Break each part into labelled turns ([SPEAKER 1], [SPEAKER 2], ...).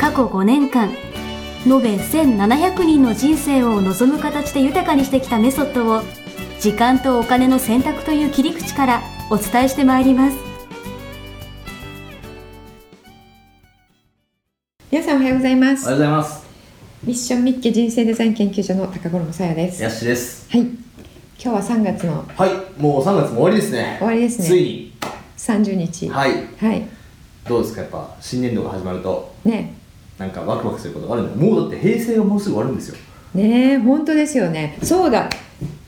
[SPEAKER 1] 過去5年間延べ1700人の人生を望む形で豊かにしてきたメソッドを時間とお金の選択という切り口からお伝えしてまいります
[SPEAKER 2] 皆さんおはようございま
[SPEAKER 3] お
[SPEAKER 2] す
[SPEAKER 3] はようございます。
[SPEAKER 2] ミッションミッケ人生デザイン研究所の高頃さやです
[SPEAKER 3] ヤ
[SPEAKER 2] は
[SPEAKER 3] ッシーです。
[SPEAKER 2] い今日は3月の
[SPEAKER 3] はい、もう3月も終わりですね。
[SPEAKER 2] 終わりですね
[SPEAKER 3] つい
[SPEAKER 2] 30日
[SPEAKER 3] に。はい。
[SPEAKER 2] い、
[SPEAKER 3] どうですか、やっぱ新年度が始まると、
[SPEAKER 2] ね
[SPEAKER 3] なんかワクワクすることがあるのもうだって平成がもうすぐ終わるんですよ。
[SPEAKER 2] ねえ本当ですよねそうだ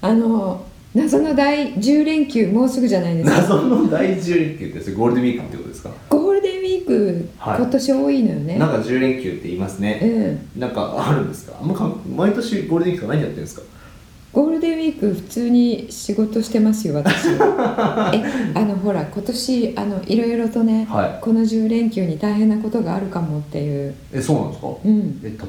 [SPEAKER 2] あの謎の第10連休もうすぐじゃないですか
[SPEAKER 3] 謎の第10連休ってそれゴールデンウィークってことですか、
[SPEAKER 2] ゴールデンウィーク、
[SPEAKER 3] はい
[SPEAKER 2] 今年多いのよね
[SPEAKER 3] なんか10連休って言います
[SPEAKER 2] う
[SPEAKER 3] ね。
[SPEAKER 2] ん、
[SPEAKER 3] なんかあるんですかあんまか毎年ゴールデンウィークとか何やってるんですか
[SPEAKER 2] ゴールデンウィーク普通に仕事してますよ 私えあのほら今年あのいろいろとね、
[SPEAKER 3] はい
[SPEAKER 2] この10連休に大変なことがあるかもっていう
[SPEAKER 3] え、そうなんですか
[SPEAKER 2] う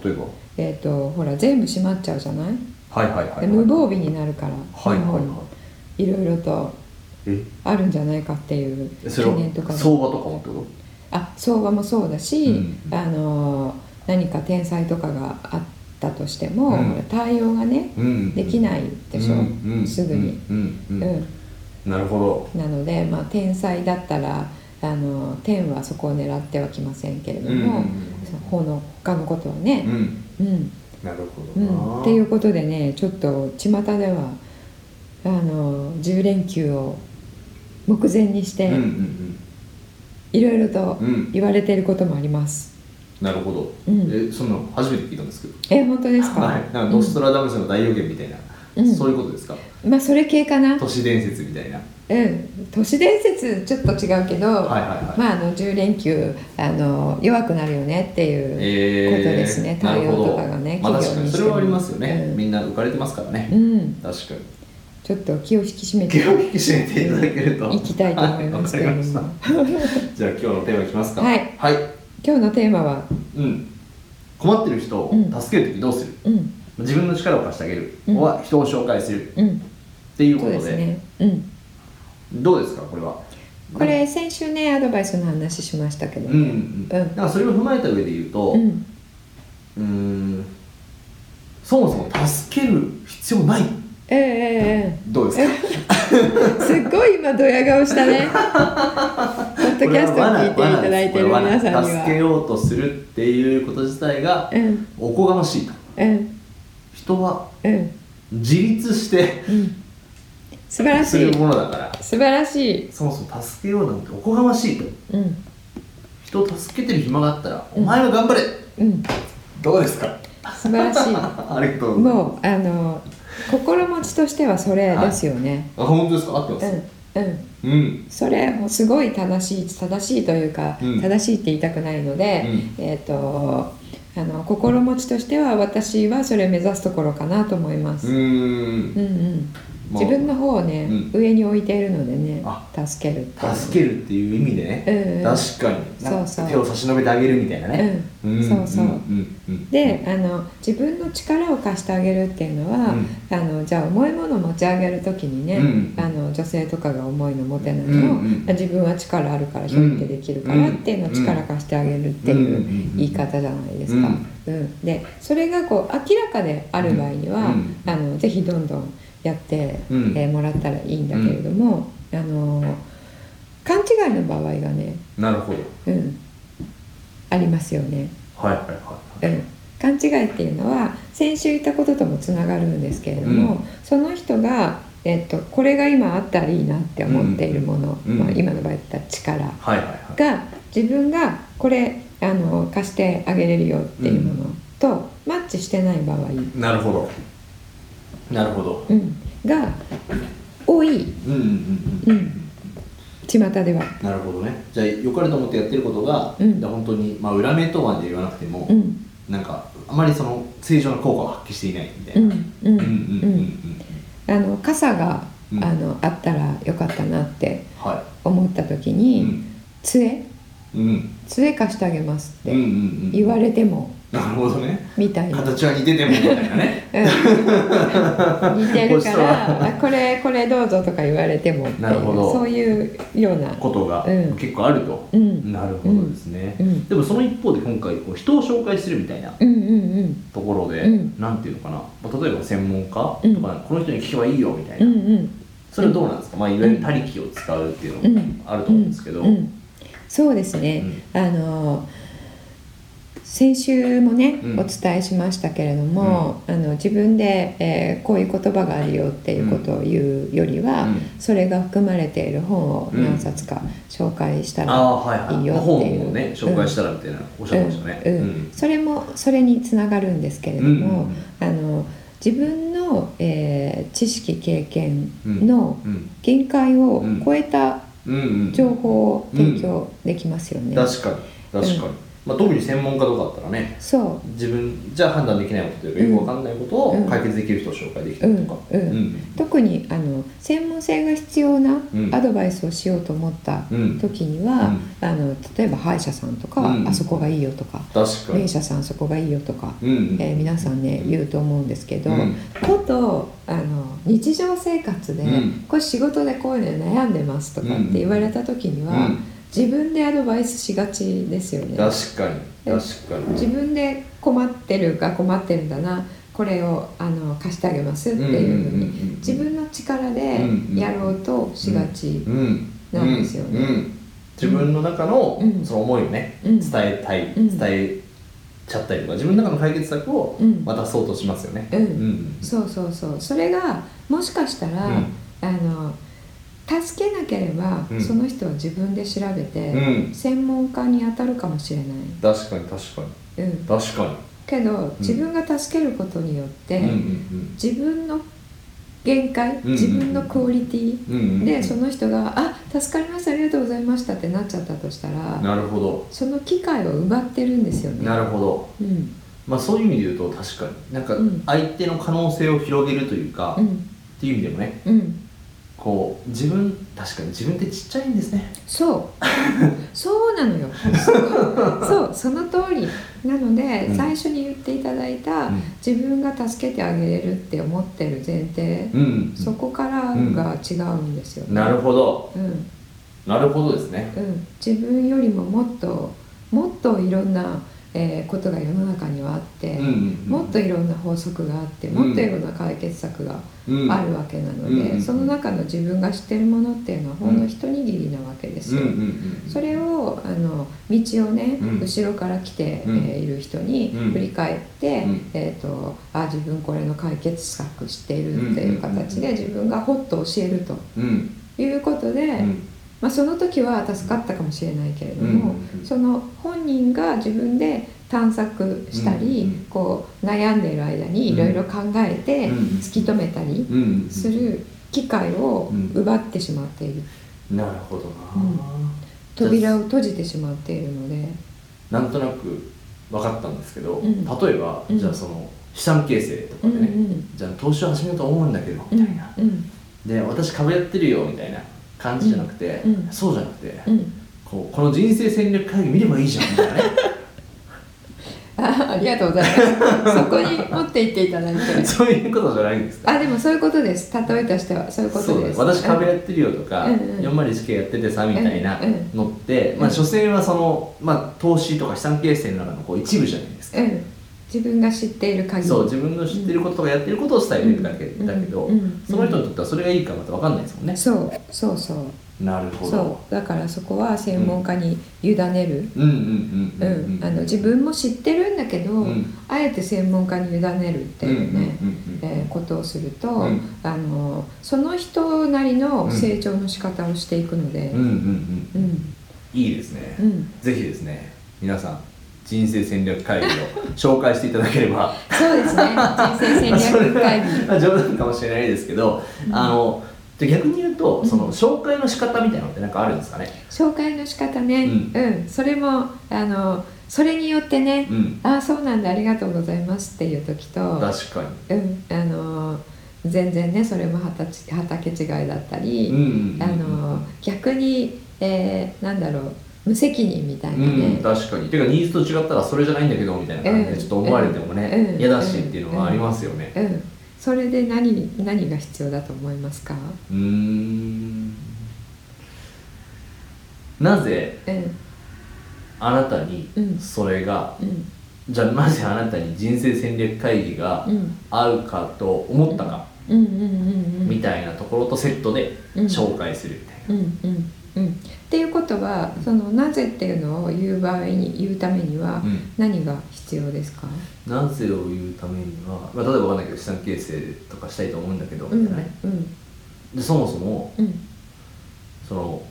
[SPEAKER 2] ん
[SPEAKER 3] え、例えば
[SPEAKER 2] えー、とほら全部閉まっちゃうじゃない、
[SPEAKER 3] はいはいはい、はい。
[SPEAKER 2] で無防備になるから、
[SPEAKER 3] はいはい
[SPEAKER 2] 日本
[SPEAKER 3] はい
[SPEAKER 2] ろいろと
[SPEAKER 3] い。
[SPEAKER 2] あるんじゃないかっていう
[SPEAKER 3] え、そ
[SPEAKER 2] 懸
[SPEAKER 3] れは
[SPEAKER 2] 念とかも
[SPEAKER 3] 相場とかもってこ
[SPEAKER 2] あ相場もそうだし、
[SPEAKER 3] うん
[SPEAKER 2] あのー何か天才とかがあったとしても、
[SPEAKER 3] うん
[SPEAKER 2] ほら対応がね
[SPEAKER 3] とうん
[SPEAKER 2] できないでしょ、
[SPEAKER 3] うんうん
[SPEAKER 2] すぐに、
[SPEAKER 3] うん
[SPEAKER 2] う
[SPEAKER 3] う
[SPEAKER 2] ん
[SPEAKER 3] んうんなるほど。
[SPEAKER 2] なので、まあ、天才だったらあのー天はそこを狙ってはきませんけれども、
[SPEAKER 3] うん
[SPEAKER 2] その方の他のことは
[SPEAKER 3] う
[SPEAKER 2] ね、
[SPEAKER 3] ん。
[SPEAKER 2] うん、
[SPEAKER 3] なるほ
[SPEAKER 2] う
[SPEAKER 3] ど
[SPEAKER 2] ん、っていうことでねちょっと巷ではあの10連休を目前にして
[SPEAKER 3] うんうん
[SPEAKER 2] いろいろと
[SPEAKER 3] うんうん
[SPEAKER 2] 言われていることもあります、
[SPEAKER 3] なるほど、
[SPEAKER 2] うん
[SPEAKER 3] えそんなの初めて聞いたんですけど
[SPEAKER 2] え本当ですか,、
[SPEAKER 3] はいなんかドストラダムスの大予言みたいな、
[SPEAKER 2] うん
[SPEAKER 3] そういうことですか
[SPEAKER 2] うんまあそれ系かな
[SPEAKER 3] 都市伝説みたいな
[SPEAKER 2] うん都市伝説ちょっと違うけど、
[SPEAKER 3] はいはいはい
[SPEAKER 2] まああの10連休あの弱くなるよねっていう、こ
[SPEAKER 3] えー、
[SPEAKER 2] とですね
[SPEAKER 3] なる
[SPEAKER 2] 太陽
[SPEAKER 3] ほど
[SPEAKER 2] とかがね
[SPEAKER 3] まあ、
[SPEAKER 2] 企業
[SPEAKER 3] 確か
[SPEAKER 2] にし
[SPEAKER 3] に
[SPEAKER 2] ても
[SPEAKER 3] それはありますよね、
[SPEAKER 2] うん
[SPEAKER 3] みんな浮かれてますからね、
[SPEAKER 2] うん、
[SPEAKER 3] 確かに
[SPEAKER 2] ちょっと気を引き締めて
[SPEAKER 3] 手を引き締めていただけると
[SPEAKER 2] いきたいと思いますけれども、
[SPEAKER 3] はいわかりましたじゃあ今日のテーマいきますか
[SPEAKER 2] はい、
[SPEAKER 3] はい
[SPEAKER 2] 今日のテーマは
[SPEAKER 3] うん、困ってる人を助けるときどうする、
[SPEAKER 2] うん
[SPEAKER 3] 自分の力を貸してあげる、
[SPEAKER 2] うん
[SPEAKER 3] は人を紹介するっ
[SPEAKER 2] うん
[SPEAKER 3] ていうこ
[SPEAKER 2] そう
[SPEAKER 3] と
[SPEAKER 2] で
[SPEAKER 3] です
[SPEAKER 2] ねうん
[SPEAKER 3] どうですかこれは
[SPEAKER 2] これ先週ねアドバイスの話しましたけど
[SPEAKER 3] うんう
[SPEAKER 2] ね
[SPEAKER 3] んうん、だからそれを踏まえた上で言う
[SPEAKER 2] う
[SPEAKER 3] と、うんーんそもそも助ける必要ない
[SPEAKER 2] えええ
[SPEAKER 3] どうですか
[SPEAKER 2] えええすっごい今ドヤ顔したねポッドキャストを聞いていただいてる皆さん
[SPEAKER 3] こ
[SPEAKER 2] に
[SPEAKER 3] れは罠ですこれは罠
[SPEAKER 2] は
[SPEAKER 3] 助けようとするっていうこと自体が
[SPEAKER 2] うん
[SPEAKER 3] おこがましいと
[SPEAKER 2] うん
[SPEAKER 3] 人は
[SPEAKER 2] うん
[SPEAKER 3] 自立して
[SPEAKER 2] うん素晴ら
[SPEAKER 3] す
[SPEAKER 2] しい
[SPEAKER 3] るものだから
[SPEAKER 2] 素晴らしい
[SPEAKER 3] そもそも助けようなんておこがましいと
[SPEAKER 2] うん
[SPEAKER 3] 人を助けてる暇があったら、
[SPEAKER 2] うん
[SPEAKER 3] お前は頑張れ
[SPEAKER 2] うん
[SPEAKER 3] どうですか
[SPEAKER 2] 素晴らしい
[SPEAKER 3] ありがとうござい
[SPEAKER 2] も
[SPEAKER 3] ます
[SPEAKER 2] うあの心持ちとしてはそれですよね、
[SPEAKER 3] あ本当ですか合ってます、
[SPEAKER 2] うんうん
[SPEAKER 3] うんうん、
[SPEAKER 2] それもすごい正しい正しいというか、
[SPEAKER 3] うん
[SPEAKER 2] 正しいって言いたくないので、えー、とあの心持ちとしては私はそれを目指すところかなと思いま
[SPEAKER 3] う
[SPEAKER 2] す、
[SPEAKER 3] ーん
[SPEAKER 2] うんうん
[SPEAKER 3] まあ
[SPEAKER 2] 自分の方をね、
[SPEAKER 3] う
[SPEAKER 2] 上に置いているのでね
[SPEAKER 3] あ
[SPEAKER 2] 助けるっていう
[SPEAKER 3] 助けるっていう意味でね、
[SPEAKER 2] うんうん
[SPEAKER 3] 確かになんか
[SPEAKER 2] そうそう
[SPEAKER 3] 手を差し伸べてあげるみたいなね、
[SPEAKER 2] うん
[SPEAKER 3] ん
[SPEAKER 2] そうそうん
[SPEAKER 3] んうん
[SPEAKER 2] であの自分の力を貸してあげるっていうのは、
[SPEAKER 3] うん
[SPEAKER 2] あのじゃあ重いものを持ち上げる時にね、
[SPEAKER 3] うん
[SPEAKER 2] あの女性とかが重いの持てないのを、
[SPEAKER 3] うんうん
[SPEAKER 2] 自分は力あるからひょってできるからっていうのを力貸してあげるっていう言い方じゃないですか。うんでそれがこう明らかである場合には、
[SPEAKER 3] うん
[SPEAKER 2] あのぜひどんどんやって、
[SPEAKER 3] うん
[SPEAKER 2] えーもらったらいいんだけれども、あの勘違いの場合がね、
[SPEAKER 3] なるほど
[SPEAKER 2] うん、ありますよね。
[SPEAKER 3] はいはいはい
[SPEAKER 2] うん
[SPEAKER 3] はい
[SPEAKER 2] 勘違いっていうのは先週言ったことともつながるんですけれども、
[SPEAKER 3] うん
[SPEAKER 2] その人が、えっと、これが今あったらいいなって思っているもの、
[SPEAKER 3] うん
[SPEAKER 2] まあ、
[SPEAKER 3] うん
[SPEAKER 2] 今の場合だったら力
[SPEAKER 3] はいはいはい
[SPEAKER 2] が自分がこれあの貸してあげれるよっていうものとマッチしてない場合、
[SPEAKER 3] なるほどなるほど
[SPEAKER 2] うん、が多い、
[SPEAKER 3] うんうんうん
[SPEAKER 2] うん、巷では
[SPEAKER 3] なるほどねじゃあ良かれと思ってやってることが、
[SPEAKER 2] うん
[SPEAKER 3] じゃあ本当にまあ裏目とまで言わなくても、
[SPEAKER 2] うん
[SPEAKER 3] なんかあまりその正常な効果を発揮していないみた
[SPEAKER 2] う
[SPEAKER 3] い
[SPEAKER 2] ん
[SPEAKER 3] な、
[SPEAKER 2] う
[SPEAKER 3] うんん、うんうんうんうん
[SPEAKER 2] あの傘が、
[SPEAKER 3] うん
[SPEAKER 2] あのあったらよかったなって
[SPEAKER 3] は
[SPEAKER 2] 思った時
[SPEAKER 3] い、
[SPEAKER 2] に、
[SPEAKER 3] うん
[SPEAKER 2] 杖
[SPEAKER 3] うん
[SPEAKER 2] 杖貸してあげますっ
[SPEAKER 3] うんうんう
[SPEAKER 2] て
[SPEAKER 3] ん
[SPEAKER 2] 言われても、
[SPEAKER 3] なるほどね
[SPEAKER 2] みたいな、
[SPEAKER 3] 形は似ててもみたいなね
[SPEAKER 2] うん 似てるか
[SPEAKER 3] こうした
[SPEAKER 2] らあこれこれどうぞとか言われてもってい
[SPEAKER 3] なるほ
[SPEAKER 2] う
[SPEAKER 3] ど
[SPEAKER 2] そういうような
[SPEAKER 3] ことが
[SPEAKER 2] うん
[SPEAKER 3] 結構あると、
[SPEAKER 2] うん
[SPEAKER 3] なるほどですね、
[SPEAKER 2] うん
[SPEAKER 3] でもその一方で今回こう人を紹介するみたいな
[SPEAKER 2] うんうん
[SPEAKER 3] ところで、
[SPEAKER 2] うん
[SPEAKER 3] なんていうのかなまあ例えば専門家とか、
[SPEAKER 2] うん
[SPEAKER 3] この人に聞けばいいよみたい
[SPEAKER 2] うんう
[SPEAKER 3] な、
[SPEAKER 2] んうん
[SPEAKER 3] それはどうなんですか、まあ、いわゆる他力を使うっていうのもあると思うんですけど、
[SPEAKER 2] うんうんそうですね、あの先週もね、
[SPEAKER 3] うん
[SPEAKER 2] お伝えしましたけれども、あの自分で、えーこういう言葉があるよっていうことを言うよりは、
[SPEAKER 3] うん
[SPEAKER 2] それが含まれている本を何冊か紹介したら、
[SPEAKER 3] ああはいはい
[SPEAKER 2] いいよっていう
[SPEAKER 3] 本をね紹介したらみたいな、おっしゃってましたね、
[SPEAKER 2] うんうんそれもそれにつながるんですけれども、
[SPEAKER 3] うん
[SPEAKER 2] あの自分の、えー知識経験の
[SPEAKER 3] うん
[SPEAKER 2] 限界を超えた
[SPEAKER 3] うんうん
[SPEAKER 2] 情報を提供できますよね。
[SPEAKER 3] 確かに確かに、まあ、特に専門家とかだったらね
[SPEAKER 2] そ
[SPEAKER 3] 自分じゃ判断できないことというか、よくわかんないこと
[SPEAKER 2] う
[SPEAKER 3] を
[SPEAKER 2] ん
[SPEAKER 3] 解決できる人を紹介できたりとか、
[SPEAKER 2] うんうん特にあの専門性が必要な
[SPEAKER 3] うん
[SPEAKER 2] アドバイスをしようと思った
[SPEAKER 3] うん
[SPEAKER 2] 時には、あの例えば歯医者さんとかは、
[SPEAKER 3] うん
[SPEAKER 2] あそこがいいよとか
[SPEAKER 3] 確か
[SPEAKER 2] 名医
[SPEAKER 3] に、
[SPEAKER 2] 者さんそこがいいよとか、
[SPEAKER 3] うん
[SPEAKER 2] えー皆さんね
[SPEAKER 3] うん
[SPEAKER 2] 言うと思うんですけど、
[SPEAKER 3] うん
[SPEAKER 2] ことあの日常生活で、
[SPEAKER 3] うん
[SPEAKER 2] これ仕事でこういうの悩んでますとかって言われた時には、
[SPEAKER 3] うん
[SPEAKER 2] 自分でアドバイスしがちですよね。
[SPEAKER 3] 確かに確かに
[SPEAKER 2] 自分で困ってるか困ってるんだなこれをあの貸してあげますっていうふう
[SPEAKER 3] うんうんうんうん
[SPEAKER 2] に自分の力で
[SPEAKER 3] うんうん
[SPEAKER 2] やろうとしがち
[SPEAKER 3] うん
[SPEAKER 2] なんですよね
[SPEAKER 3] うんうん自分の中の
[SPEAKER 2] うん
[SPEAKER 3] その思いをね、
[SPEAKER 2] うん
[SPEAKER 3] 伝えたい、
[SPEAKER 2] うん
[SPEAKER 3] 伝えちゃったりとか自分の中の解決策を
[SPEAKER 2] うん
[SPEAKER 3] 渡そうとしますよね、
[SPEAKER 2] うん
[SPEAKER 3] ん
[SPEAKER 2] そうそうそうそれがもしかしたら、
[SPEAKER 3] うん
[SPEAKER 2] あの助けなければ、
[SPEAKER 3] うん
[SPEAKER 2] その人は自分で調べて、
[SPEAKER 3] うん
[SPEAKER 2] 専門家に当たるかもしれな
[SPEAKER 3] 確かに確かに
[SPEAKER 2] い、うん、
[SPEAKER 3] 確か
[SPEAKER 2] けど自分が助けることによって、
[SPEAKER 3] に、うん
[SPEAKER 2] 自分の限界、
[SPEAKER 3] うん
[SPEAKER 2] 自分のクオリティ、
[SPEAKER 3] うんうんうんうん
[SPEAKER 2] でその人が「あ助かりましたありがとうございました」ってなっちゃったとしたら
[SPEAKER 3] なるほど
[SPEAKER 2] その機会を奪ってるんですよね。
[SPEAKER 3] なるほど
[SPEAKER 2] うん
[SPEAKER 3] まあそういう意味で言うと確かになんか
[SPEAKER 2] うん
[SPEAKER 3] 相手の可能性を広げるというか、
[SPEAKER 2] う
[SPEAKER 3] っ
[SPEAKER 2] ん
[SPEAKER 3] ていう意味でもね
[SPEAKER 2] うん、
[SPEAKER 3] こう自分確かに自分ってちっちゃいんですね
[SPEAKER 2] そう そうなのよそうそうその通りなので、
[SPEAKER 3] うん
[SPEAKER 2] 最初に言っていただいた、
[SPEAKER 3] うん
[SPEAKER 2] 自分が助けてあげれるって思ってる前提、
[SPEAKER 3] うん
[SPEAKER 2] そこからが違うんですよね、
[SPEAKER 3] なるほど
[SPEAKER 2] うん
[SPEAKER 3] なるほどですね
[SPEAKER 2] うん、自分よりももっともっといろんな、えーことが世の中にはあって、
[SPEAKER 3] うんうん
[SPEAKER 2] もっといろんな法則があって
[SPEAKER 3] うん
[SPEAKER 2] もっといろんな解決策が
[SPEAKER 3] うん
[SPEAKER 2] あるわけなの
[SPEAKER 3] うんうん
[SPEAKER 2] で、
[SPEAKER 3] うん
[SPEAKER 2] その中の自分が知ってるものっていうのはほんの一握りなわけです
[SPEAKER 3] う
[SPEAKER 2] よ。
[SPEAKER 3] んうんうんうん
[SPEAKER 2] それをあの道をね、
[SPEAKER 3] うん
[SPEAKER 2] 後ろから来て、
[SPEAKER 3] うん
[SPEAKER 2] えーいる人に
[SPEAKER 3] うん
[SPEAKER 2] 振り返って、
[SPEAKER 3] うん
[SPEAKER 2] えー、とあ自分これの解決策知っているっていう形で
[SPEAKER 3] うん
[SPEAKER 2] 自分がほっと教えると
[SPEAKER 3] うん
[SPEAKER 2] いうことで、
[SPEAKER 3] うん
[SPEAKER 2] まあ、その時は助かったかもしれないけれども、
[SPEAKER 3] うん
[SPEAKER 2] その本人が自分で探索したり、
[SPEAKER 3] うん
[SPEAKER 2] こう悩んでいる間にいろいろ考えて
[SPEAKER 3] うん
[SPEAKER 2] 突き止めたり
[SPEAKER 3] うんうん
[SPEAKER 2] する機会を奪ってしまっている
[SPEAKER 3] なるほどな、
[SPEAKER 2] うん扉
[SPEAKER 3] を
[SPEAKER 2] を閉じてしまっているので
[SPEAKER 3] なんとなく分かったんですけど、
[SPEAKER 2] うん
[SPEAKER 3] 例えば、
[SPEAKER 2] うん
[SPEAKER 3] じゃあその資産形成とかでね、
[SPEAKER 2] うんうん
[SPEAKER 3] じゃあ投資を始めようと思うんだけどみたいな、
[SPEAKER 2] うん
[SPEAKER 3] で私株やってるよみたいな感じじゃなくて、
[SPEAKER 2] うんうん
[SPEAKER 3] そうじゃなくて、
[SPEAKER 2] うん
[SPEAKER 3] こうこの人生戦略会議見ればいいじゃんみたいなね
[SPEAKER 2] あありがとうござい ますそこに持って行っていただいて
[SPEAKER 3] そういうことじゃないんですか
[SPEAKER 2] あでもそういうことです例えとしてはそういうこと
[SPEAKER 3] そうだ
[SPEAKER 2] で
[SPEAKER 3] ね
[SPEAKER 2] す
[SPEAKER 3] 私株やってるよとか、
[SPEAKER 2] うんうん
[SPEAKER 3] 401K やっててさみたいな
[SPEAKER 2] うんうん
[SPEAKER 3] のって、まあ
[SPEAKER 2] うん
[SPEAKER 3] 所詮はその、まあ、投資とか資産形成の中のこう一部じゃないですか、
[SPEAKER 2] うん、自分が知っている限り
[SPEAKER 3] そう自分の知ってることとかやってることを伝えてるだけ、
[SPEAKER 2] うん
[SPEAKER 3] だけど、
[SPEAKER 2] うんうん
[SPEAKER 3] その人にとってはそれがいいかまた分かんないですもんね、
[SPEAKER 2] そうそうそう
[SPEAKER 3] なるほど
[SPEAKER 2] そうだからそこは専門家に委ねる、
[SPEAKER 3] うんうんうん
[SPEAKER 2] う
[SPEAKER 3] うんん、うん、
[SPEAKER 2] あの自分も知ってるんだけど、
[SPEAKER 3] うん
[SPEAKER 2] あえて専門家に委ねるっていうね、
[SPEAKER 3] うんうんうんうん
[SPEAKER 2] えーことをすると、
[SPEAKER 3] うん
[SPEAKER 2] あのその人なりの成長の仕方をしていくので、
[SPEAKER 3] うんうんうん
[SPEAKER 2] うん
[SPEAKER 3] いいですね、
[SPEAKER 2] うん
[SPEAKER 3] ぜひですね皆さん人生戦略会議を紹介していただければ
[SPEAKER 2] そうですね人生戦略会議
[SPEAKER 3] まあ冗談かもしれないですけど、あのじゃあ逆に言うと、
[SPEAKER 2] うん
[SPEAKER 3] その紹介の仕方みたいなのってなんかあるんですかね。
[SPEAKER 2] 紹介の仕方ね、
[SPEAKER 3] う
[SPEAKER 2] うんん、それもあのそれによってね、
[SPEAKER 3] うん、
[SPEAKER 2] ああそうなんだありがとうございますっていう時と、
[SPEAKER 3] 確かに。
[SPEAKER 2] うん、あの全然ねそれも畑ち畑違いだったり、
[SPEAKER 3] うん、
[SPEAKER 2] あの逆に、えーなんだろう無責任みたいな
[SPEAKER 3] う
[SPEAKER 2] ね、
[SPEAKER 3] ん、確かに。てかニーズと違ったらそれじゃないんだけどみたいな感じ
[SPEAKER 2] う
[SPEAKER 3] で
[SPEAKER 2] ん
[SPEAKER 3] ちょっと思われてもね、
[SPEAKER 2] うん
[SPEAKER 3] 嫌だしっていうのはありますよね。
[SPEAKER 2] うん、それで何何が必要だと思いますか、
[SPEAKER 3] うーん。なぜ
[SPEAKER 2] うん
[SPEAKER 3] あなたに
[SPEAKER 2] うん
[SPEAKER 3] それが、
[SPEAKER 2] うん
[SPEAKER 3] じゃあなぜあなたに人生戦略会議が
[SPEAKER 2] うん、
[SPEAKER 3] 合うかと思ったか、
[SPEAKER 2] うんうんうんうん
[SPEAKER 3] みたいなところとセットで
[SPEAKER 2] うん
[SPEAKER 3] 紹介するみたい
[SPEAKER 2] うんうんうんっていうことはそのなぜっていうのを言う場合に言うためには
[SPEAKER 3] な。うん
[SPEAKER 2] 何が必要ですか、
[SPEAKER 3] なぜを言うためには、まあ、例えばわかんないけど資産形成とかしたいと思うんだけど、
[SPEAKER 2] うん
[SPEAKER 3] み
[SPEAKER 2] う
[SPEAKER 3] たいなね
[SPEAKER 2] ん
[SPEAKER 3] でそもそも
[SPEAKER 2] うん
[SPEAKER 3] その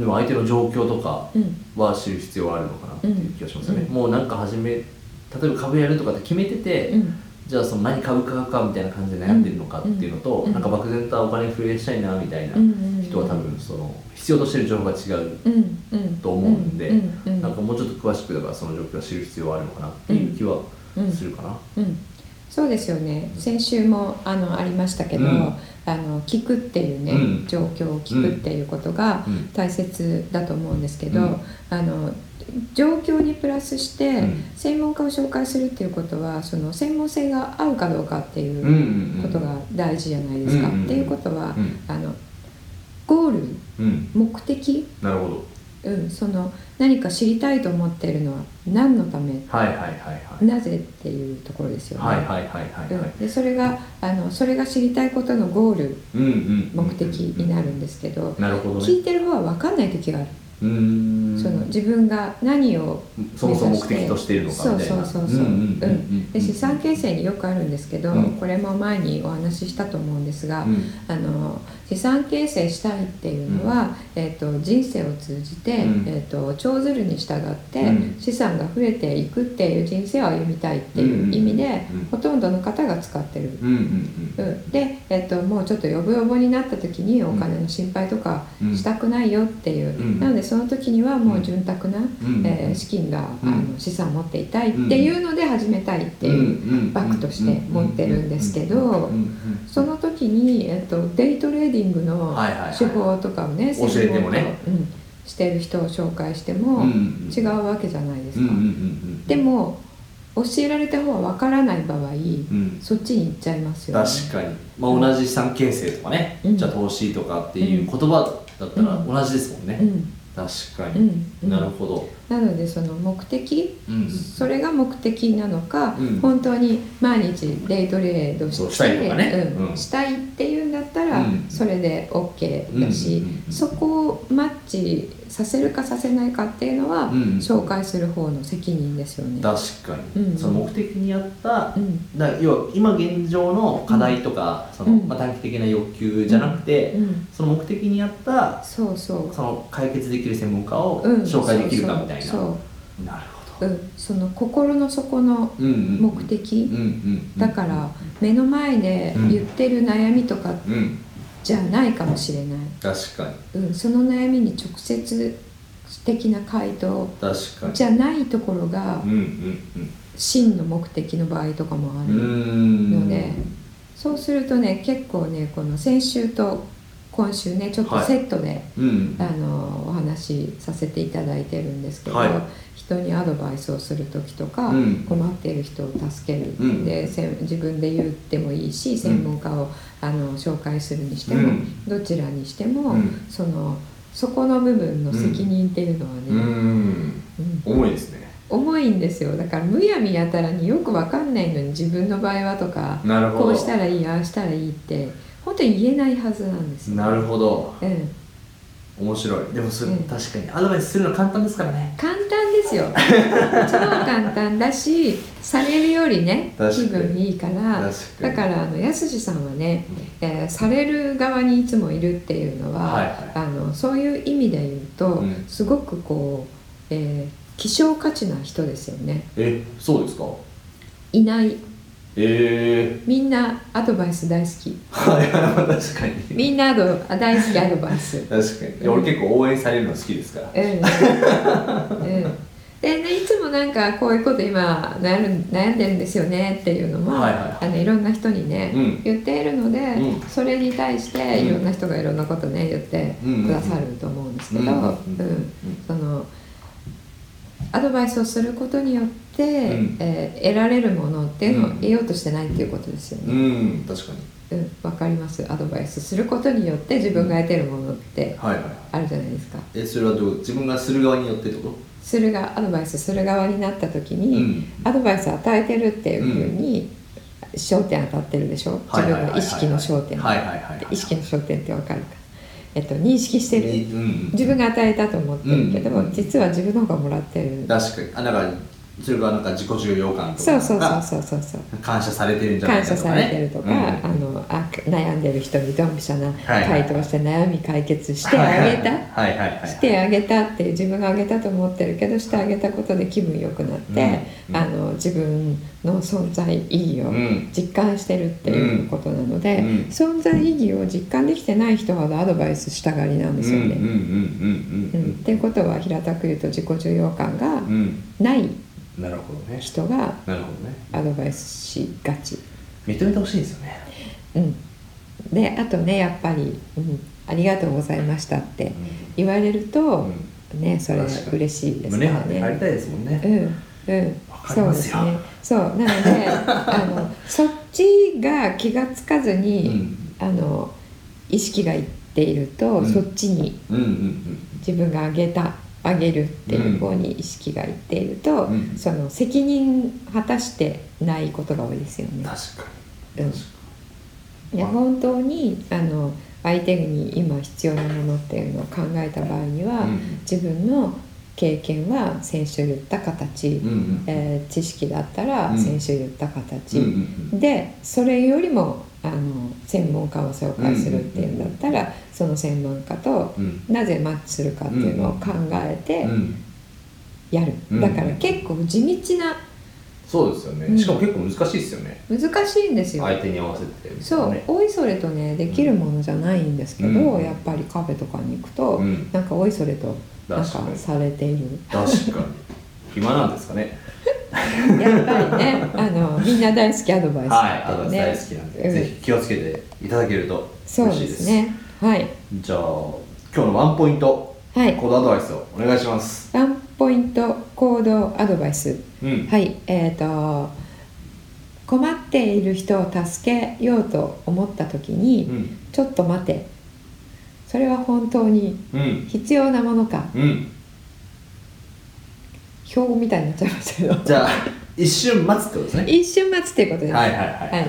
[SPEAKER 3] でも相手の状況とか
[SPEAKER 2] うん
[SPEAKER 3] は知る必要はあるのかなっていう気がしますよね、もうなんか始め例えば株やるとかって決めてて、
[SPEAKER 2] うん
[SPEAKER 3] じゃあその何株価格かみたいな感じで悩んでるのかっていうのと、
[SPEAKER 2] うん
[SPEAKER 3] なんか漠然とお金増やしたいなみたいな
[SPEAKER 2] うん
[SPEAKER 3] 人は多分その必要としてる情報が違う
[SPEAKER 2] うんうん
[SPEAKER 3] と思うんで、
[SPEAKER 2] うんうん
[SPEAKER 3] なんかもうちょっと詳しくだからその状況を知る必要はあるのかなっていう気は
[SPEAKER 2] うん
[SPEAKER 3] するかな。
[SPEAKER 2] うん、そうですよね先週もあのありましたけど、
[SPEAKER 3] うん
[SPEAKER 2] あの聞くっていうね、
[SPEAKER 3] うん
[SPEAKER 2] 状況を聞くっていうことが
[SPEAKER 3] うん
[SPEAKER 2] 大切だと思うんですけど、
[SPEAKER 3] うん
[SPEAKER 2] あの状況にプラスして
[SPEAKER 3] うん
[SPEAKER 2] 専門家を紹介するっていうことはその専門性が合うかどうかってい
[SPEAKER 3] うん
[SPEAKER 2] うう
[SPEAKER 3] う
[SPEAKER 2] んことが大事じゃないですか。
[SPEAKER 3] うんうん
[SPEAKER 2] っていうことは、
[SPEAKER 3] うん
[SPEAKER 2] あのゴール
[SPEAKER 3] うん、
[SPEAKER 2] 目的、
[SPEAKER 3] なるほど
[SPEAKER 2] うん、その何か知りたいと思っているのは何のため
[SPEAKER 3] はいはいはいはい
[SPEAKER 2] なぜっていうところですよね。
[SPEAKER 3] はいはいはいはいはい
[SPEAKER 2] でそれがあのそれが知りたいことのゴール
[SPEAKER 3] うんうん
[SPEAKER 2] 目的になるんですけど、
[SPEAKER 3] なるほど
[SPEAKER 2] 聞
[SPEAKER 3] ね
[SPEAKER 2] いてる方は分かんない時がある、
[SPEAKER 3] うーん
[SPEAKER 2] その自分が何を
[SPEAKER 3] そもそも目的としているのかみたいな
[SPEAKER 2] そうそうそうそう
[SPEAKER 3] うんうんうんうん
[SPEAKER 2] で資産形成によくあるんですけど、
[SPEAKER 3] うん
[SPEAKER 2] これも前にお話ししたと思うんですが、
[SPEAKER 3] うん
[SPEAKER 2] あの資産形成したいっていうのは、えっと人生を通じて、
[SPEAKER 3] うん
[SPEAKER 2] えっと長ずるに従って、
[SPEAKER 3] うん
[SPEAKER 2] 資産が増えていくっていう人生を歩みたいっていう意味で、
[SPEAKER 3] うんうんうん
[SPEAKER 2] ほとんどの方が使ってる
[SPEAKER 3] うんうん
[SPEAKER 2] うんで、えっと、もうちょっとヨボヨボになった時にお金の心配とか
[SPEAKER 3] うん
[SPEAKER 2] したくないよっていう、
[SPEAKER 3] うん
[SPEAKER 2] なのでその時にはもう潤沢な、
[SPEAKER 3] うん
[SPEAKER 2] えー資金が、
[SPEAKER 3] うん
[SPEAKER 2] あの資産を持っていたいっていうので始めたいっていう、
[SPEAKER 3] うん
[SPEAKER 2] バッグとして持ってるんですけど
[SPEAKER 3] うんうん
[SPEAKER 2] その時に、えっと、デイトレーディングの
[SPEAKER 3] はいはいはい
[SPEAKER 2] 手法とかをね、
[SPEAKER 3] 教えてもね
[SPEAKER 2] 専門とうん、してる人を紹介しても
[SPEAKER 3] うんうん
[SPEAKER 2] 違うわけじゃないです
[SPEAKER 3] うんうん
[SPEAKER 2] か。
[SPEAKER 3] うんうん
[SPEAKER 2] でも教えられた方は分からない場合、
[SPEAKER 3] うん
[SPEAKER 2] そっちに行っちゃいますよね。
[SPEAKER 3] 確かに、まあ、同じ資産形成とかね、
[SPEAKER 2] うん
[SPEAKER 3] じゃあ投資とかっていう言葉だったら同じですもんね、
[SPEAKER 2] うん
[SPEAKER 3] 確か
[SPEAKER 2] う
[SPEAKER 3] に、
[SPEAKER 2] んうん
[SPEAKER 3] なるほど、
[SPEAKER 2] なのでその目的
[SPEAKER 3] うん
[SPEAKER 2] それが目的なのか、
[SPEAKER 3] うん
[SPEAKER 2] 本当に毎日デイトレードして
[SPEAKER 3] そうしたいとかね
[SPEAKER 2] うん
[SPEAKER 3] うん
[SPEAKER 2] したいっていうんだったら、
[SPEAKER 3] うん
[SPEAKER 2] それで OK だし、
[SPEAKER 3] うんうんうん
[SPEAKER 2] そこをマッチさせるかさせないかっていうのは、
[SPEAKER 3] うん
[SPEAKER 2] 紹介する方の責任ですよね。
[SPEAKER 3] 確かに、
[SPEAKER 2] うん
[SPEAKER 3] その目的に合った
[SPEAKER 2] うん
[SPEAKER 3] だから要は今現状の課題とか、その
[SPEAKER 2] うん
[SPEAKER 3] まあ、短期的な欲求じゃなくて、
[SPEAKER 2] うん、
[SPEAKER 3] その目的に合った
[SPEAKER 2] そうそう、
[SPEAKER 3] その解決できる専門家を
[SPEAKER 2] うん、
[SPEAKER 3] 紹介できるかみたいな、
[SPEAKER 2] そうそう
[SPEAKER 3] なるほ
[SPEAKER 2] そう、うん、その心の底の
[SPEAKER 3] ど、うんうん、
[SPEAKER 2] 目的、
[SPEAKER 3] うんうんうん
[SPEAKER 2] だから目の前で言ってる悩みとか
[SPEAKER 3] うん
[SPEAKER 2] じゃないかもしれない、
[SPEAKER 3] 確かに
[SPEAKER 2] うん、その悩みに直接的な回答
[SPEAKER 3] 確かに
[SPEAKER 2] じゃないところが
[SPEAKER 3] うんうん
[SPEAKER 2] 真の目的の場合とかもあ
[SPEAKER 3] うんう
[SPEAKER 2] る
[SPEAKER 3] ん
[SPEAKER 2] のでそうするとね結構ねこの先週と今週ねちょっと
[SPEAKER 3] はい
[SPEAKER 2] セットで、
[SPEAKER 3] うん
[SPEAKER 2] あのお話しさせていただいてるんですけど、
[SPEAKER 3] はい
[SPEAKER 2] 人にアドバイスをする時とか、
[SPEAKER 3] うん
[SPEAKER 2] 困っている人を助ける、
[SPEAKER 3] うん
[SPEAKER 2] でせん自分で言ってもいいし専門家を、あの紹介するにしても、
[SPEAKER 3] うん
[SPEAKER 2] どちらにしても、
[SPEAKER 3] うん
[SPEAKER 2] そのそこの部分の責任っていうのはね、
[SPEAKER 3] うん
[SPEAKER 2] うん
[SPEAKER 3] 重いですね
[SPEAKER 2] 重いんですよだからむやみやたらによくわかんないのに自分の場合はとか
[SPEAKER 3] なるほど
[SPEAKER 2] こうしたらいいああしたらいいって本当に言えないはずなんですよ。
[SPEAKER 3] なるほど
[SPEAKER 2] うん
[SPEAKER 3] 面白いでもそれ
[SPEAKER 2] うん
[SPEAKER 3] 確かにアドバイスするの簡単ですからね
[SPEAKER 2] 簡単です よ超簡単だしされるよりね
[SPEAKER 3] 確か
[SPEAKER 2] 気
[SPEAKER 3] に
[SPEAKER 2] 分いいから
[SPEAKER 3] 確か
[SPEAKER 2] だ
[SPEAKER 3] に
[SPEAKER 2] からあのやすしさんはね、えーされる側にいつもいるっていうのは、
[SPEAKER 3] はいはい
[SPEAKER 2] あのそういう意味で言うと、
[SPEAKER 3] うん
[SPEAKER 2] すごくこう、えー希少価値な人ですよね
[SPEAKER 3] えそうですか
[SPEAKER 2] いない
[SPEAKER 3] ええ
[SPEAKER 2] みんなアドバイス大好き
[SPEAKER 3] はい はい確かに
[SPEAKER 2] みんなアドあ大好きアドバイスうん、
[SPEAKER 3] 確かにいや俺結構応援されるの好きですから
[SPEAKER 2] うん、でねいつもなんかこういうこと今悩る悩んでるんですよねっていうのも、
[SPEAKER 3] はいはいは
[SPEAKER 2] あ
[SPEAKER 3] い
[SPEAKER 2] のいろんな人にね、
[SPEAKER 3] うん
[SPEAKER 2] 言っているので、
[SPEAKER 3] うん
[SPEAKER 2] それに対して
[SPEAKER 3] うん
[SPEAKER 2] いろんな人がいろんなことね言ってくださると思うんですけど、
[SPEAKER 3] うんうんうん
[SPEAKER 2] うんそのアドバイスをすることによって、
[SPEAKER 3] ん
[SPEAKER 2] えー得られるものっていうのを
[SPEAKER 3] うん
[SPEAKER 2] 得ようとしてないっていうことですよね。
[SPEAKER 3] うん確かに
[SPEAKER 2] うん、わかりますアドバイスすることによって自分が得てるものって
[SPEAKER 3] はいはい
[SPEAKER 2] あるじゃないですか
[SPEAKER 3] えそれはどう自分がする側によってってこ
[SPEAKER 2] するがアドバイスする側になった時
[SPEAKER 3] と
[SPEAKER 2] に、
[SPEAKER 3] ん
[SPEAKER 2] アドバイスを与えてるっていうふうに焦点当たってるでしょ自分の意識の焦点
[SPEAKER 3] はいはいはいはいはい
[SPEAKER 2] 意識の焦点ってわかるか、えっと、認識して
[SPEAKER 3] に
[SPEAKER 2] る
[SPEAKER 3] うん
[SPEAKER 2] 自分が与えたと思ってるけど、
[SPEAKER 3] うん
[SPEAKER 2] 実は自分の方がもらってる
[SPEAKER 3] 確かにあだからそれがなんか自己重要感とか
[SPEAKER 2] そうそう
[SPEAKER 3] が
[SPEAKER 2] そうそうそうそう
[SPEAKER 3] 感謝されてるんじゃない
[SPEAKER 2] 感
[SPEAKER 3] か
[SPEAKER 2] 謝
[SPEAKER 3] とか
[SPEAKER 2] さ
[SPEAKER 3] ね
[SPEAKER 2] れてるとか、
[SPEAKER 3] うん
[SPEAKER 2] あのあ悩んでる人にドンピシャな
[SPEAKER 3] はいはい
[SPEAKER 2] 回答して悩み解決してあげた
[SPEAKER 3] はいはいはいはい
[SPEAKER 2] してあげたって自分があげたと思ってるけどしてあげたことで気分良くなって、
[SPEAKER 3] うん
[SPEAKER 2] あの自分の存在意義を
[SPEAKER 3] うん
[SPEAKER 2] 実感してるっていうことなので、
[SPEAKER 3] うん
[SPEAKER 2] 存在意義を実感できてない人ほどアドバイスしたがりなんですよね。
[SPEAKER 3] う
[SPEAKER 2] うんん
[SPEAKER 3] うんうんうん
[SPEAKER 2] っていうことは平たく言うと自己重要感が
[SPEAKER 3] うんうん
[SPEAKER 2] ない
[SPEAKER 3] なるほどね
[SPEAKER 2] 人が
[SPEAKER 3] なるほどね
[SPEAKER 2] アドバイスしがち。
[SPEAKER 3] 認めてほしいですよね
[SPEAKER 2] うん、であとねやっぱり、うん「ありがとうございました」って言われると、ねそれ
[SPEAKER 3] 確かに
[SPEAKER 2] 嬉しいですか
[SPEAKER 3] 胸
[SPEAKER 2] ら
[SPEAKER 3] 張って帰り
[SPEAKER 2] ね。
[SPEAKER 3] たいですもん
[SPEAKER 2] う
[SPEAKER 3] ね
[SPEAKER 2] んうん
[SPEAKER 3] わ、かり
[SPEAKER 2] そう
[SPEAKER 3] ま
[SPEAKER 2] ですす
[SPEAKER 3] よ
[SPEAKER 2] ねそうなのであのそっちが気がつかず
[SPEAKER 3] う
[SPEAKER 2] に、
[SPEAKER 3] ん
[SPEAKER 2] あの意識がいっていると、
[SPEAKER 3] うん
[SPEAKER 2] そっちに
[SPEAKER 3] うんうん
[SPEAKER 2] 自分があげたあげるっていう方に意識がいっていると、
[SPEAKER 3] うん
[SPEAKER 2] その責任果たしてないことが多いですよ
[SPEAKER 3] うん
[SPEAKER 2] ね。
[SPEAKER 3] 確か
[SPEAKER 2] う
[SPEAKER 3] に
[SPEAKER 2] ん
[SPEAKER 3] 確か
[SPEAKER 2] いや本当にあの相手に今必要なものっていうのを考えた場合には、
[SPEAKER 3] うん
[SPEAKER 2] 自分の経験は先週言った形、
[SPEAKER 3] にうんうん
[SPEAKER 2] えー知識だった
[SPEAKER 3] う
[SPEAKER 2] ら
[SPEAKER 3] ん
[SPEAKER 2] 先週言った形、
[SPEAKER 3] うんうん
[SPEAKER 2] でそれよりもあの専門家を紹介するっていうんだったら、その専門家と
[SPEAKER 3] うん
[SPEAKER 2] なぜマッチするかっていうのを考えて
[SPEAKER 3] うん
[SPEAKER 2] やる、
[SPEAKER 3] うん
[SPEAKER 2] だから結構地道な
[SPEAKER 3] そうですよ
[SPEAKER 2] う
[SPEAKER 3] ね
[SPEAKER 2] ん
[SPEAKER 3] しかも結構難しいですよね
[SPEAKER 2] 難しいんですよ、
[SPEAKER 3] 相手に合わせてみたい
[SPEAKER 2] そ
[SPEAKER 3] な
[SPEAKER 2] う
[SPEAKER 3] ね
[SPEAKER 2] おいそれとねできるものじゃないんですけど、
[SPEAKER 3] うん
[SPEAKER 2] やっぱりカフェとかに行くと、
[SPEAKER 3] うん
[SPEAKER 2] なんかおいそれとなん
[SPEAKER 3] 確か
[SPEAKER 2] か
[SPEAKER 3] に
[SPEAKER 2] されている
[SPEAKER 3] 確かに暇なんですかね
[SPEAKER 2] やっぱりねあのみんな大好きアドバイス
[SPEAKER 3] はい、あ
[SPEAKER 2] だ
[SPEAKER 3] の
[SPEAKER 2] よ
[SPEAKER 3] 大
[SPEAKER 2] ね
[SPEAKER 3] 好きなんで、
[SPEAKER 2] うん
[SPEAKER 3] ぜひ気をつけていただけると
[SPEAKER 2] そう
[SPEAKER 3] 嬉
[SPEAKER 2] で
[SPEAKER 3] しいです
[SPEAKER 2] すねはい
[SPEAKER 3] じゃあ今日のワンポイント、
[SPEAKER 2] はい
[SPEAKER 3] コードアドバイスをお願いします
[SPEAKER 2] ワンポイント行動アドバイス
[SPEAKER 3] うん
[SPEAKER 2] はいえっ、と困っている人を助けようと思った時に、
[SPEAKER 3] うん
[SPEAKER 2] ちょっと待てそれは本当に
[SPEAKER 3] うん
[SPEAKER 2] 必要なものか
[SPEAKER 3] うん
[SPEAKER 2] 標語みたいになっちゃいましたけ ど
[SPEAKER 3] じゃあ一瞬待つってことですね
[SPEAKER 2] 一瞬待つっていうことです、
[SPEAKER 3] はいはいはいはい、
[SPEAKER 2] は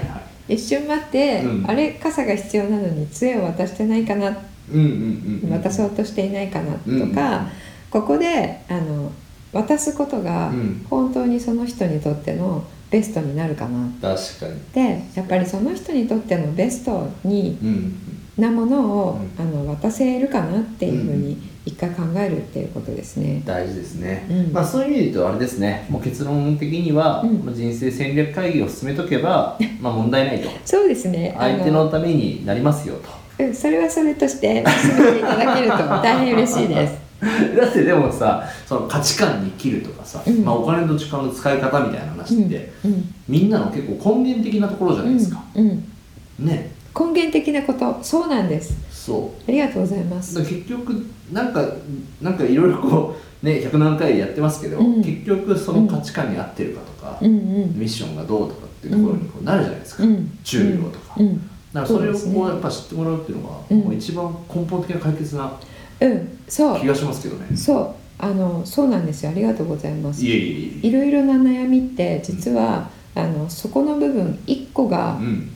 [SPEAKER 2] 一瞬待って、
[SPEAKER 3] うん
[SPEAKER 2] あれ傘が必要なのに杖を渡してないかな
[SPEAKER 3] うんうんうん
[SPEAKER 2] 渡そうとしていないかなとか、ここであの渡すことが
[SPEAKER 3] うん
[SPEAKER 2] 本当にその人にとってのベストになるかなっ
[SPEAKER 3] 確かに
[SPEAKER 2] てやっぱりその人にとってのベストに
[SPEAKER 3] うん
[SPEAKER 2] なものを、
[SPEAKER 3] う
[SPEAKER 2] あの渡せるかなっていうふう
[SPEAKER 3] う
[SPEAKER 2] に一回考えるっていうことですね。
[SPEAKER 3] 大事ですね、
[SPEAKER 2] うん
[SPEAKER 3] まあそういう意味で言うとあれですねもう結論的には、
[SPEAKER 2] うん
[SPEAKER 3] まあ人生戦略会議を進めとけ ばまあ問題ないと
[SPEAKER 2] そうですねあ
[SPEAKER 3] 相手のためになりますよと
[SPEAKER 2] うんそれはそれとして進めていただけると大変嬉しい です。
[SPEAKER 3] だってでもさその価値観に生きるとかさ、
[SPEAKER 2] うん
[SPEAKER 3] まあ、お金と時間の使い方みたいな話って、
[SPEAKER 2] うんうん
[SPEAKER 3] みんなの結構根源的なところじゃないですか、
[SPEAKER 2] うんうん
[SPEAKER 3] ね
[SPEAKER 2] 根源的なことそうなんです
[SPEAKER 3] そう
[SPEAKER 2] ありがとうございま
[SPEAKER 3] だ
[SPEAKER 2] す
[SPEAKER 3] から結局なんかなんかいろいろこうね100何回やってますけど、
[SPEAKER 2] うん
[SPEAKER 3] 結局その価値観に合ってるかとか、
[SPEAKER 2] うんうん
[SPEAKER 3] ミッションがどうとかっていうところにこうなるじゃないですか、
[SPEAKER 2] うん
[SPEAKER 3] 重要とか、
[SPEAKER 2] うん
[SPEAKER 3] だからそれを
[SPEAKER 2] そうです
[SPEAKER 3] こ
[SPEAKER 2] ね
[SPEAKER 3] うやっぱ知ってもらうっていうのが、
[SPEAKER 2] うん
[SPEAKER 3] もう一番根本的な解決な
[SPEAKER 2] うんそ
[SPEAKER 3] 気
[SPEAKER 2] う
[SPEAKER 3] がしますけどね、
[SPEAKER 2] そうあのそうなんですよありがとうございます
[SPEAKER 3] いえいえい
[SPEAKER 2] いろいろな悩みって実は、あのそこの部分一個
[SPEAKER 3] え
[SPEAKER 2] が
[SPEAKER 3] うん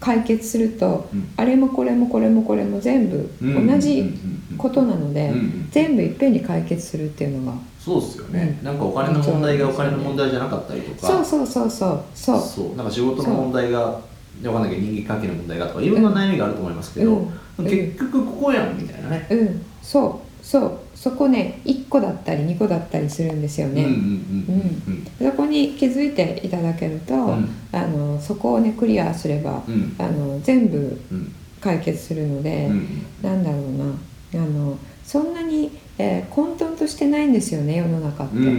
[SPEAKER 2] 解決すると、
[SPEAKER 3] うん
[SPEAKER 2] あれもこれもこれもこれも全部
[SPEAKER 3] うん
[SPEAKER 2] 同じことなので、
[SPEAKER 3] うんうん
[SPEAKER 2] 全部いっぺんに解決するっていうのが
[SPEAKER 3] そうですよね、
[SPEAKER 2] うん
[SPEAKER 3] なんかお金の問題がお金の問題じゃなかったりとか
[SPEAKER 2] そうそうそうそうそう
[SPEAKER 3] そうなんか仕事の問題が分かんないけど人間関係の問題がとかいろんな悩みがあると思いますけど、
[SPEAKER 2] うん
[SPEAKER 3] 結局ここやんみたいなね、
[SPEAKER 2] うんそうそうそこね1個だったり2個だったりするんですよ
[SPEAKER 3] うんう
[SPEAKER 2] ね、
[SPEAKER 3] ん
[SPEAKER 2] そこに気づいていただけると、
[SPEAKER 3] ん
[SPEAKER 2] あのそこをねクリアすれば、
[SPEAKER 3] うんうん
[SPEAKER 2] あの全部
[SPEAKER 3] うん
[SPEAKER 2] 解決するので、
[SPEAKER 3] うん
[SPEAKER 2] なんだろうなあのそんなに、えー混沌としてないんですよね世の中って、
[SPEAKER 3] うんうんうんうん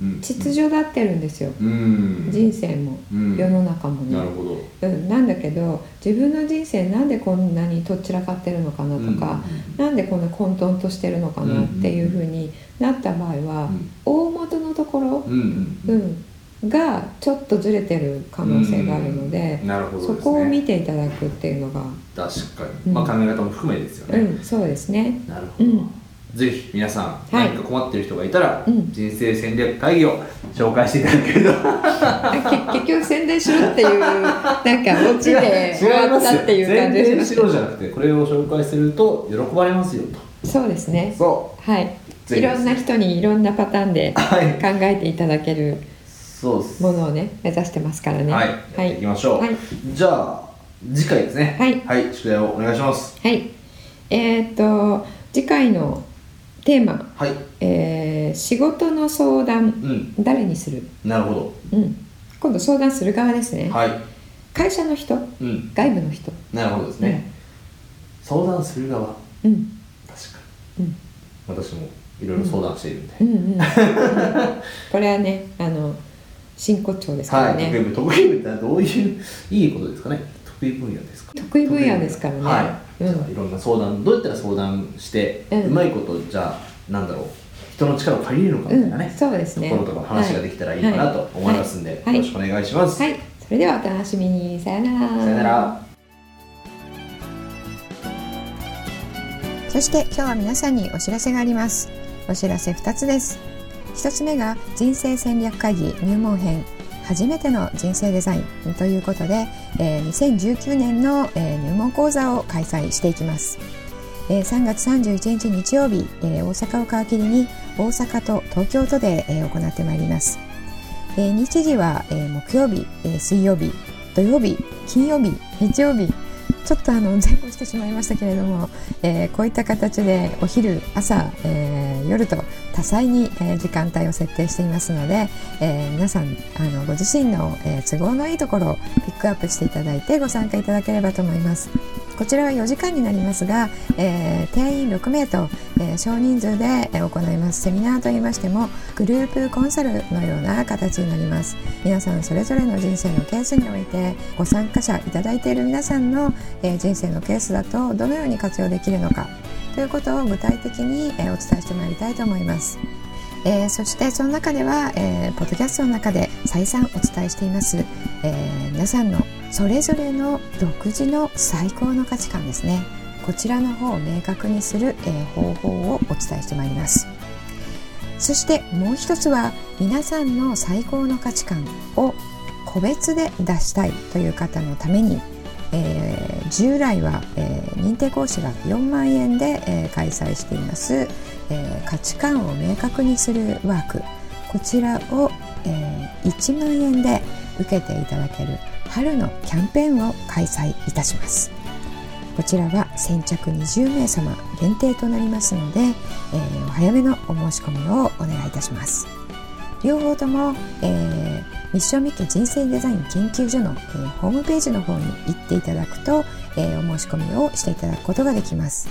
[SPEAKER 3] うんうん
[SPEAKER 2] 秩序だってるんですよ、
[SPEAKER 3] うん
[SPEAKER 2] 人生も、
[SPEAKER 3] うん
[SPEAKER 2] 世の中もね
[SPEAKER 3] なるほど
[SPEAKER 2] うん、なんだけど自分の人生なんでこんなにとっちらかってるのかなとか、なんでこんな混沌としてるのかなっていうふうになった場合は、大元のところ、
[SPEAKER 3] うんうん
[SPEAKER 2] う
[SPEAKER 3] うん
[SPEAKER 2] ん、がちょっとずれてる可能性があるので,、
[SPEAKER 3] うんなるほどです
[SPEAKER 2] そ
[SPEAKER 3] ね
[SPEAKER 2] こを見ていただくっていうのが、
[SPEAKER 3] 確か
[SPEAKER 2] う
[SPEAKER 3] に
[SPEAKER 2] ん
[SPEAKER 3] まあ考え方も含めですよ
[SPEAKER 2] う
[SPEAKER 3] ね
[SPEAKER 2] ん、そうです ね。
[SPEAKER 3] なるほど
[SPEAKER 2] うん
[SPEAKER 3] ぜひ皆さん
[SPEAKER 2] はい
[SPEAKER 3] 何か困ってる人がいたら
[SPEAKER 2] うん
[SPEAKER 3] 人生戦略会議を紹介していただけると
[SPEAKER 2] あけ結局宣伝しろっていうなんかオチで終わったっていう感じ
[SPEAKER 3] 全
[SPEAKER 2] で
[SPEAKER 3] 然
[SPEAKER 2] す
[SPEAKER 3] しろじゃなくてこれを紹介すると喜ばれますよと
[SPEAKER 2] そうですね
[SPEAKER 3] そ
[SPEAKER 2] はい
[SPEAKER 3] ぜ
[SPEAKER 2] い
[SPEAKER 3] ひ
[SPEAKER 2] ろんな人にいろんなパターンで
[SPEAKER 3] うは
[SPEAKER 2] 考
[SPEAKER 3] い
[SPEAKER 2] えていただける
[SPEAKER 3] そうっす
[SPEAKER 2] ものをね目指してますからね
[SPEAKER 3] は
[SPEAKER 2] は
[SPEAKER 3] いやってい
[SPEAKER 2] い
[SPEAKER 3] きましょう
[SPEAKER 2] はい
[SPEAKER 3] じゃあ次回ですね
[SPEAKER 2] はい
[SPEAKER 3] はい宿題をお願いします
[SPEAKER 2] はいえーっと次回のテーマ、
[SPEAKER 3] はい
[SPEAKER 2] えー仕事の相談
[SPEAKER 3] うん
[SPEAKER 2] 誰にする、
[SPEAKER 3] なるほ
[SPEAKER 2] うん、今度相談する側ですね、
[SPEAKER 3] どはい
[SPEAKER 2] 会社の人
[SPEAKER 3] うん
[SPEAKER 2] 外部の人
[SPEAKER 3] なるほどですね相談する側
[SPEAKER 2] うん
[SPEAKER 3] 確か
[SPEAKER 2] うん
[SPEAKER 3] に私もいろいろ相談しているんで
[SPEAKER 2] うんうん、うんこれはねあの真骨頂ですから
[SPEAKER 3] はい、
[SPEAKER 2] ね、
[SPEAKER 3] 得意分得意分ってのはどういういいことですかね得意分野ですか
[SPEAKER 2] 得意分野ですからね
[SPEAKER 3] はい、
[SPEAKER 2] うん
[SPEAKER 3] じゃあいろんな相談どうやったら相談して、
[SPEAKER 2] う
[SPEAKER 3] うんまいことじゃあなんだろう人の力を借りれるのかみたいなね、
[SPEAKER 2] うんそうですね
[SPEAKER 3] ところとかの話ができたらいいかなと思いますんで、
[SPEAKER 2] はいはい
[SPEAKER 3] よろしくお願いします、
[SPEAKER 2] はいそれではお楽しみにさよなら
[SPEAKER 3] さよなら、
[SPEAKER 2] そして今日は皆さんにお知らせがあります。お知らせ2つです。1つ目が人生戦略会議入門編初めての人生デザインということで、えー2019年の、えー入門講座を開催していきます。えー3月31日日曜日、えー大阪を皮切りに大阪と東京都で、えー行ってまいります。えー日時は、えー木曜日、えー水曜日、土曜日、金曜日、日曜日、ちょっとあの前後してしまいましたけれども、えーこういった形でお昼朝、えー夜と多彩に、えー時間帯を設定していますので、えー皆さんあのご自身の、えー都合のいいところをピックアップしていただいてご参加いただければと思いますこちらは4時間になりますが、えー定員6名と、えー少人数でえー行いますセミナーといいましてもグループコンサルのような形になります皆さんそれぞれの人生のケースにおいてご参加者いただいている皆さんのえー人生のケースだとどのように活用できるのかということを具体的に、えーお伝えしてまいりたいと思います、えーそしてその中では、えーポッドキャストの中で再三お伝えしています、えー皆さんのそれぞれの独自の最高の価値観ですねこちらの方を明確にする、えー方法をお伝えしてまいりますそしてもう一つは皆さんの最高の価値観を個別で出したいという方のためにえー従来は、えー認定講師が4万円で、えー開催しています、えー価値観を明確にするワークこちらを、えー1万円で受けていただける春のキャンペーンを開催いたしますこちらは先着20名様限定となりますので、えーお早めのお申し込みをお願いいたします両方とも、えー、西尾美家人生デザイン研究所の、えーホームページの方に行っていただくと、えーお申し込みをしていただくことができます、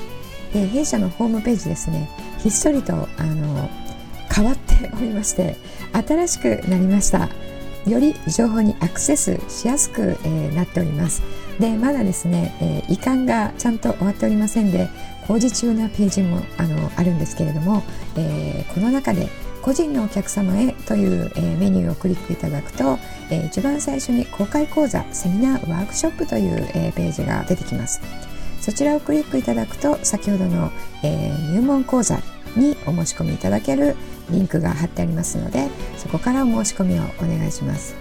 [SPEAKER 2] えー弊社のホームページですねひっそりとあの変わっておりまして新しくなりましたより情報にアクセスしやすく、えーなっておりますでまだですね、えー移管がちゃんと終わっておりませんで工事中なページもあのあるんですけれども、えーこの中で個人のお客様へという、えーメニューをクリックいただくと、えー一番最初に公開講座セミナーワークショップという、えーページが出てきますそちらをクリックいただくと先ほどの、えー入門講座にお申し込みいただけるリンクが貼ってありますのでそこからお申し込みをお願いします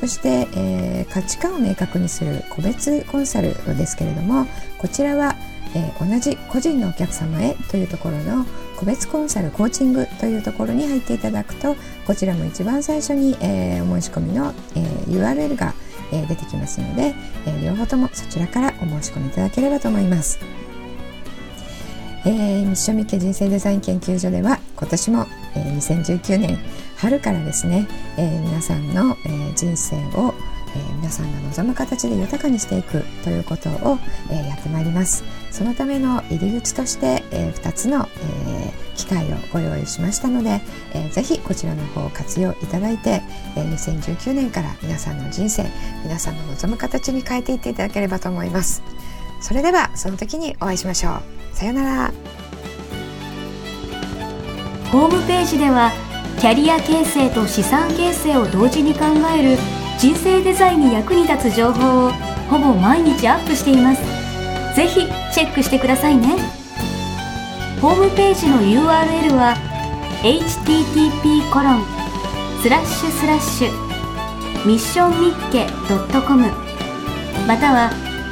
[SPEAKER 2] そして、えー価値観を明確にする個別コンサルですけれどもこちらは、えー同じ個人のお客様へというところの個別コンサルコーチングというところに入っていただくとこちらも一番最初に、えーお申し込みの、えー URL が、えー出てきますので、えー両方ともそちらからお申し込みいただければと思います。えー、ミッションミッケ人生デザイン研究所では今年も、えー、2019年春からですね、えー皆さんの、えー人生を、えー皆さんが望む形で豊かにしていくということを、えーやってまいりますそのための入り口として、え2つの、えー機会をご用意しましたので、えーぜひこちらの方を活用いただいて、えー2019年から皆さんの人生皆さんの望む形に変えていっていただければと思いますそれではその時にお会いしましょうさようなら
[SPEAKER 1] ホームページではキャリア形成と資産形成を同時に考える人生デザインに役に立つ情報をほぼ毎日アップしていますぜひチェックしてくださいねホームページの URL は http コロンスラッシュスラッシュミッションミッケ .com または